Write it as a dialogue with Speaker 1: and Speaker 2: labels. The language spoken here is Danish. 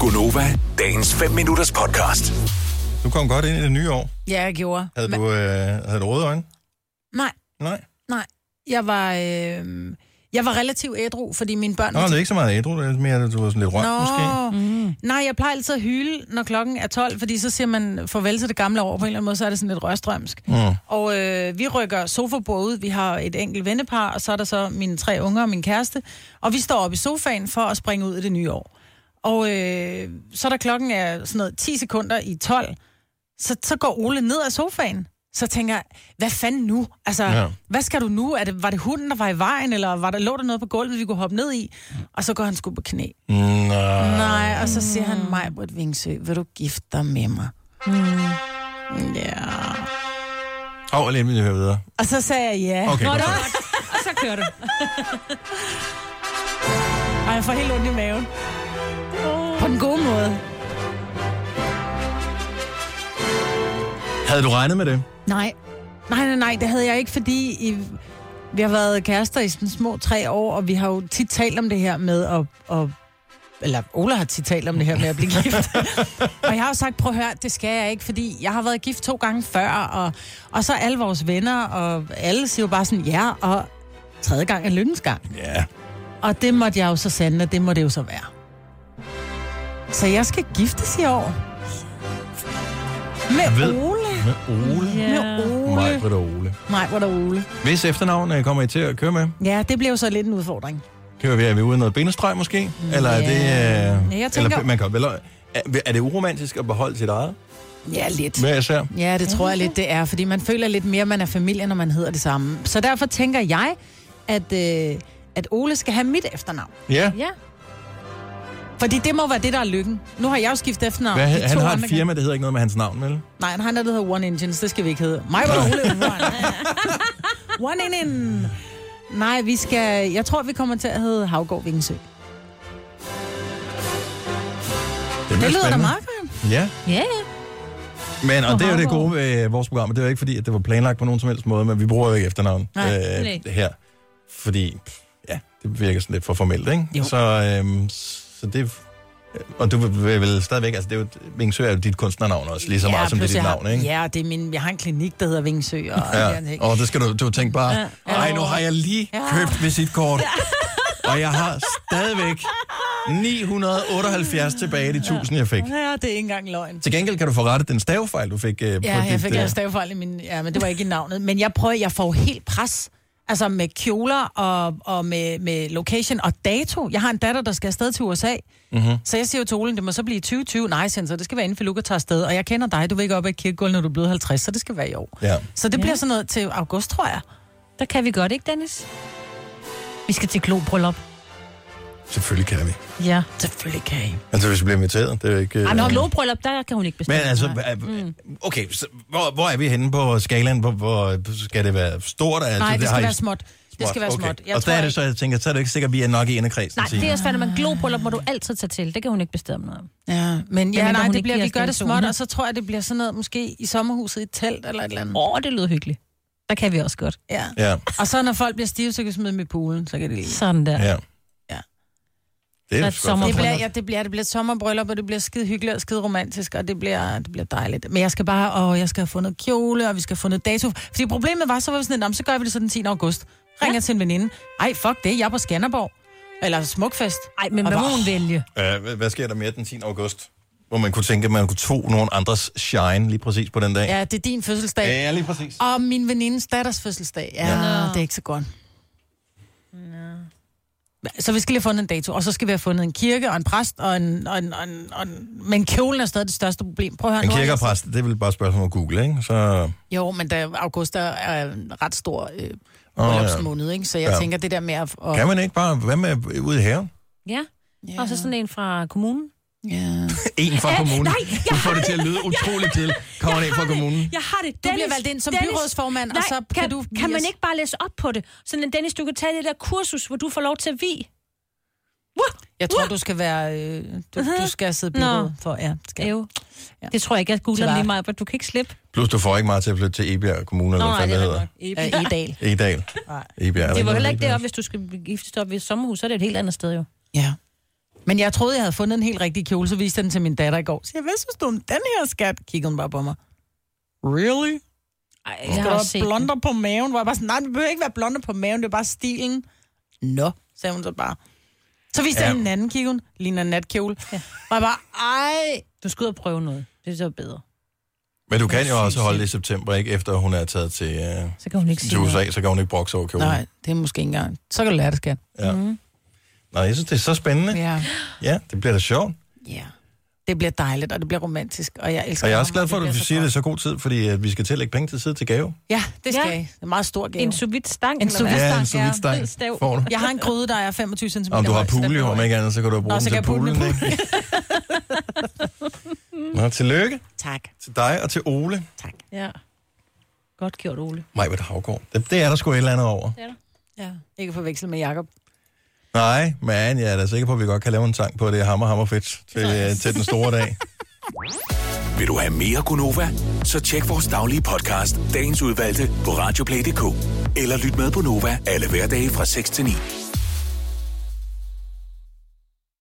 Speaker 1: Gunova, dagens 5 minutters podcast.
Speaker 2: Du kom godt ind i det nye år.
Speaker 3: Ja, jeg gjorde.
Speaker 2: Havde,
Speaker 3: Men-
Speaker 2: du, øh, havde du røde øjne?
Speaker 3: Nej,
Speaker 2: Nej.
Speaker 3: nej. Jeg var, øh, jeg var relativt ædru, fordi mine børn...
Speaker 2: Nå, det er ikke så meget ædru, det er mere, at du var sådan lidt rømt måske.
Speaker 3: Mm. Nej, jeg plejer altid at hyle, når klokken er 12, fordi så siger man farvel til det gamle år på en eller anden måde, så er det sådan lidt rørstrømsk. Mm. Og øh, vi rykker sofabordet ud, vi har et enkelt vennepar, og så er der så mine tre unger og min kæreste, og vi står oppe i sofaen for at springe ud i det nye år. Og øh, så der klokken er sådan noget 10 sekunder i 12, så, så går Ole ned af sofaen. Så tænker jeg, hvad fanden nu? Altså,
Speaker 2: Ja.
Speaker 3: ja. hvad skal du nu? Er det, var det hunden, der var i vejen, eller var der, lå der noget på gulvet, vi kunne hoppe ned i? Og så går han sgu på knæ. Mm.
Speaker 2: Nej.
Speaker 3: Nej, og så siger
Speaker 4: Mm.
Speaker 3: han, mig, Britt Vingsø, vil du gifte dig med mig? Mm. Ja.
Speaker 2: Åh, oh, lidt vil jeg høre videre.
Speaker 3: Og så sagde jeg ja.
Speaker 2: Okay, godt. så.
Speaker 4: Og så kører du.
Speaker 3: Ej, jeg får helt ondt i maven. På den gode måde.
Speaker 2: Havde du regnet med det?
Speaker 3: Nej. Nej, nej, nej, det havde jeg ikke, fordi I, vi har været kærester i sådan små tre år, og vi har jo tit talt om det her med at... at eller Ola har tit talt om det her med at blive gift. og jeg har jo sagt, prøv at høre, det skal jeg ikke, fordi jeg har været gift to gange før, og, og så alle vores venner, og alle siger jo bare sådan, ja, og tredje gang er lykkens gang.
Speaker 2: Ja.
Speaker 3: Og det måtte jeg jo så sande, og det må det jo så være. Så jeg skal giftes i år. Med
Speaker 2: Ved-
Speaker 3: Ole.
Speaker 2: Med Ole. Yeah.
Speaker 3: Med
Speaker 2: Mig,
Speaker 3: Ole.
Speaker 2: Britt og Ole.
Speaker 3: Nej, hvor er der Ole.
Speaker 2: Hvis efternavn øh, kommer I til at køre med,
Speaker 3: Ja, det blev så lidt en udfordring.
Speaker 2: kører vi, er vi ude i noget benestreg måske? Eller er det... Øh,
Speaker 3: Ja, jeg tænker-
Speaker 2: Eller, man kan vel, er, er det uromantisk at beholde sit eget?
Speaker 3: Ja, lidt.
Speaker 2: Hvad jeg ser?
Speaker 3: Ja, det tror jeg lidt, det er, fordi man føler lidt mere, at man er familie, når man hedder det samme. Så derfor tænker jeg, at, øh, at Ole skal have mit efternavn.
Speaker 2: Ja.
Speaker 4: Ja.
Speaker 3: Fordi det må være det, der er lykken. Nu har jeg jo skiftet efternavn.
Speaker 2: Hvad,
Speaker 3: i
Speaker 2: han
Speaker 3: to
Speaker 2: har
Speaker 3: andre
Speaker 2: et firma, der hedder ikke noget med hans navn, vel?
Speaker 3: Nej, han har noget, der hedder One Engine, så det skal vi ikke hedde. Mig var der Ole One. One Engine. Nej, vi skal... Jeg tror, vi kommer til at hedde Havgård Vingsø. Det,
Speaker 2: bliver
Speaker 3: det lyder da
Speaker 2: spændende.
Speaker 3: meget godt.
Speaker 2: Ja.
Speaker 4: Ja, ja.
Speaker 2: Men, og
Speaker 4: På
Speaker 2: det er jo det
Speaker 4: Hamborg.
Speaker 2: gode ved vores program, og det er jo ikke fordi, at det var planlagt på nogen som helst måde, men vi bruger jo ikke efternavn øh,
Speaker 3: Nej,
Speaker 4: nej.
Speaker 2: her. Fordi, pff, ja, det virker sådan lidt for formelt, ikke?
Speaker 3: Jo.
Speaker 2: Så, øhm, så det... øh, Og du vil vel stadigvæk, altså det er jo, Vingsø er jo dit kunstnernavn også, lige så meget som det er
Speaker 3: plus
Speaker 2: dit
Speaker 3: jeg
Speaker 2: navn,
Speaker 3: har,
Speaker 2: ikke?
Speaker 3: Ja, det er min, jeg har en klinik, der hedder Vingsø. Og ja.
Speaker 2: Ja. Og det skal du, du tænke bare, ja. ej, nu har jeg lige ja.
Speaker 3: Ja.
Speaker 2: købt visitkort, og jeg har stadigvæk 978 tilbage af de 1000, jeg fik.
Speaker 3: ja, det er ikke engang løgn.
Speaker 2: Til gengæld kan du få rettet den stavefejl, du fik øh, på
Speaker 3: Ja, jeg
Speaker 2: dit,
Speaker 3: fik
Speaker 2: øh,
Speaker 3: en stavefejl i min... Ja, men det var ikke i navnet. Men jeg prøver, jeg får helt pres. Altså med kjoler og, og med, med location og dato. Jeg har en datter, der skal afsted til USA.
Speaker 2: Mhm.
Speaker 3: Mm-hmm. Så jeg siger jo til Olen, det må så blive 2020. Nej, siger han så det skal være inden for Luca tager afsted. Og jeg kender dig, du vil ikke op ad et kirkegulv, når du er blevet 50, så det skal være i år.
Speaker 2: Ja.
Speaker 3: Så det bliver sådan noget til august, tror jeg.
Speaker 4: Der kan vi godt, ikke, Dennis? Vi skal til globrøllup.
Speaker 2: Selvfølgelig kan vi.
Speaker 4: Ja.
Speaker 3: Selvfølgelig kan I.
Speaker 2: Altså, hvis vi bliver inviteret, det er jo ikke... Øh...
Speaker 4: Ej, når globrøllup, der kan hun ikke
Speaker 2: Men
Speaker 4: bestemme.
Speaker 2: altså, hva-
Speaker 3: Mm.
Speaker 2: okay, så hvor, hvor er vi henne på skalaen? Hvor, hvor skal det være stort? Altså,
Speaker 3: Nej, det
Speaker 2: har I-
Speaker 3: skal være småt. Det skal være
Speaker 2: okay.
Speaker 3: småt.
Speaker 2: Og der er det så, jeg tænker, så er det ikke sikkert, at vi er nok i en af kredsen.
Speaker 4: Nej, det er også fandme, men globrøllup må du altid tage til. Det kan hun ikke bestemme noget om.
Speaker 3: Ja, men ja,
Speaker 4: Medmindre
Speaker 3: nej,
Speaker 4: hun
Speaker 3: det
Speaker 4: ikke
Speaker 3: bliver,
Speaker 4: giver
Speaker 3: vi
Speaker 4: os
Speaker 3: gør det småt,
Speaker 4: donationer.
Speaker 3: og så tror jeg, det bliver sådan noget, måske i sommerhuset i et telt eller et eller
Speaker 2: Mm.
Speaker 3: andet.
Speaker 4: Åh, det lyder hyggeligt. Der kan vi også godt.
Speaker 3: Ja.
Speaker 2: Ja,
Speaker 3: Og så når folk bliver stive, så kan vi smide dem i poolen, så kan det lige.
Speaker 4: Sådan der.
Speaker 2: ja.
Speaker 3: Ja.
Speaker 2: Det
Speaker 4: Så
Speaker 2: er
Speaker 4: et
Speaker 2: sgu også-
Speaker 3: Det bliver,
Speaker 4: Sommerbryllup.
Speaker 3: ja, det bliver, det bliver et sommerbryllup, og det bliver skide hyggeligt og skide romantisk, og det bliver, det bliver dejligt. Men jeg skal bare, og jeg skal have fundet kjole, og vi skal have fundet dato. Fordi problemet var, så var vi sådan, "Nå, men så gør vi det så den 10. august. Ringer ja. til en veninde. Ej, fuck det, jeg er på Skanderborg. Eller Smukfest.
Speaker 4: Ej, men
Speaker 3: Og
Speaker 4: hvad må
Speaker 3: bare-
Speaker 4: hun vælge?
Speaker 2: Øh, hvad- hvad sker der mere den 10. august? Hvor man kunne tænke, at man kunne tro nogen andres shine lige præcis på den dag.
Speaker 3: Ja, det er din fødselsdag.
Speaker 2: ja lige præcis.
Speaker 3: Og min venindes datters fødselsdag. Ja,
Speaker 4: Ja.
Speaker 3: ja. det er ikke så godt. Hva- Så vi skal lige have fundet en dato, og så skal vi have fundet en kirke og en præst, og en, og en, og en, og en, men kjolen er stadig det største problem. Prøv at høre,
Speaker 2: En
Speaker 3: nu har jeg-
Speaker 2: kirkerpræst, det er vel bare et spørgsmål om at google, ikke? Så,
Speaker 3: Jo, men da august er, er en ret stor øh,
Speaker 2: ja.
Speaker 3: oh, måned, ikke? så jeg
Speaker 2: Ja.
Speaker 3: ja. tænker, det der med at... at
Speaker 2: kan man ikke bare være med ude i haven?
Speaker 4: Ja. Og så sådan en fra kommunen.
Speaker 3: ja.
Speaker 2: En fra kommunen.
Speaker 4: nej, jeg
Speaker 2: du får det til at lyde utroligt kedeligt. Kommer en
Speaker 4: Jeg
Speaker 2: fra
Speaker 4: har det.
Speaker 2: kommunen?
Speaker 4: Jeg har det.
Speaker 3: Du bliver valgt ind som byrådsformand, og
Speaker 4: Nej,
Speaker 3: så kan du
Speaker 4: Kan
Speaker 3: vise-
Speaker 4: man ikke bare læse op på det? Sådan, at Dennis, du kan tage det der kursus, hvor du får lov til at vi.
Speaker 3: Jeg tror, du skal være... Øh, du, du skal sidde
Speaker 4: Nå.
Speaker 3: billedet for... Ja, skal. jeg.
Speaker 4: Jo. Ja. Det tror jeg ikke, jeg googler
Speaker 3: Tilbage.
Speaker 4: lige meget, for du kan ikke slippe.
Speaker 2: Plus, du får ikke meget til at flytte til Ebjerg Kommune, eller hvad fanden det hedder.
Speaker 4: rigtigt
Speaker 3: Øh,
Speaker 4: nok.
Speaker 3: I dag.
Speaker 2: Egedal.
Speaker 3: Nej.
Speaker 2: Ebjerg. er der
Speaker 4: Det var
Speaker 2: noget,
Speaker 4: heller ikke
Speaker 2: der
Speaker 4: deroppe, hvis du skal giftes op ved et sommerhus, så er det et helt andet sted jo.
Speaker 3: Ja. Men jeg troede, jeg havde fundet en helt rigtig kjole, så viste jeg den til min datter i går. Så jeg, hvad synes du om den her skat? Kiggede hun bare på mig. Really?
Speaker 4: Ej, jeg
Speaker 3: Skal
Speaker 4: har
Speaker 3: du
Speaker 4: også set
Speaker 3: have
Speaker 4: den.
Speaker 3: blonder på maven? Hvor jeg bare sådan, nej, det behøver ikke være blonder på maven, det er bare stilen. Nå, sagde hun så bare. Så viste jeg
Speaker 2: Ja.
Speaker 3: hende en anden kigge, hun ligner en natkjole. Ja. Var jeg bare, ej,
Speaker 4: Du skal ud og prøve noget. Det er så bedre.
Speaker 2: Men du kan jo også holde det i september, ikke? Efter hun er taget til, øh,
Speaker 4: Så kan hun ikke sige
Speaker 2: til
Speaker 4: noget.
Speaker 2: USA, så kan hun ikke brokse over kjolen.
Speaker 3: nej, det er måske ikke engang. Så kan du lære det, skat.
Speaker 2: Ja. Mm. Nej, jeg synes, det er så spændende.
Speaker 3: Ja.
Speaker 2: Ja, det bliver da sjovt.
Speaker 3: ja. Det bliver dejligt, og det bliver romantisk, og jeg elsker
Speaker 2: Og jeg er
Speaker 3: ham,
Speaker 2: også glad for, at
Speaker 3: det
Speaker 2: du
Speaker 3: bliver
Speaker 2: siger det
Speaker 3: godt.
Speaker 2: i så god tid, fordi øh, vi skal til at lægge penge til side til gave.
Speaker 3: Ja, det skal
Speaker 4: Ja.
Speaker 3: jeg. Det er en meget stor gave.
Speaker 4: En sous vide stang.
Speaker 3: En
Speaker 4: eller
Speaker 3: sous
Speaker 4: hvad?
Speaker 3: vide-
Speaker 2: Ja, en
Speaker 3: stang, ja.
Speaker 2: sous vide
Speaker 4: Fed stav.
Speaker 2: stang får du.
Speaker 3: Jeg har en gryde, der er 25 cm
Speaker 2: Om du har
Speaker 3: høj, så den
Speaker 2: pool, jo,
Speaker 3: behøver
Speaker 2: om
Speaker 3: jeg
Speaker 2: ikke andet, så kan du bruge
Speaker 3: Nå,
Speaker 2: den
Speaker 3: så kan
Speaker 2: til
Speaker 3: jeg bruge
Speaker 2: poolen,
Speaker 3: den i
Speaker 2: ikke? Nå, tillykke
Speaker 3: Tak.
Speaker 2: til dig og til Ole.
Speaker 4: Ja. Godt gjort, Ole.
Speaker 2: Majbert Havgård. Det, det er der sgu et eller andet over.
Speaker 3: Ja. Ikke forveksel med Jakob.
Speaker 2: Nej, men jeg er da sikker på, at vi godt kan lave en sang på det er hammer, hammer fedt til, øh, til den store dag.
Speaker 1: Vil du have mere Gunova? Så tjek vores daglige podcast, dagens udvalgte, på radioplay.dk. Eller lyt med på Nova alle hverdage fra 6 til 9.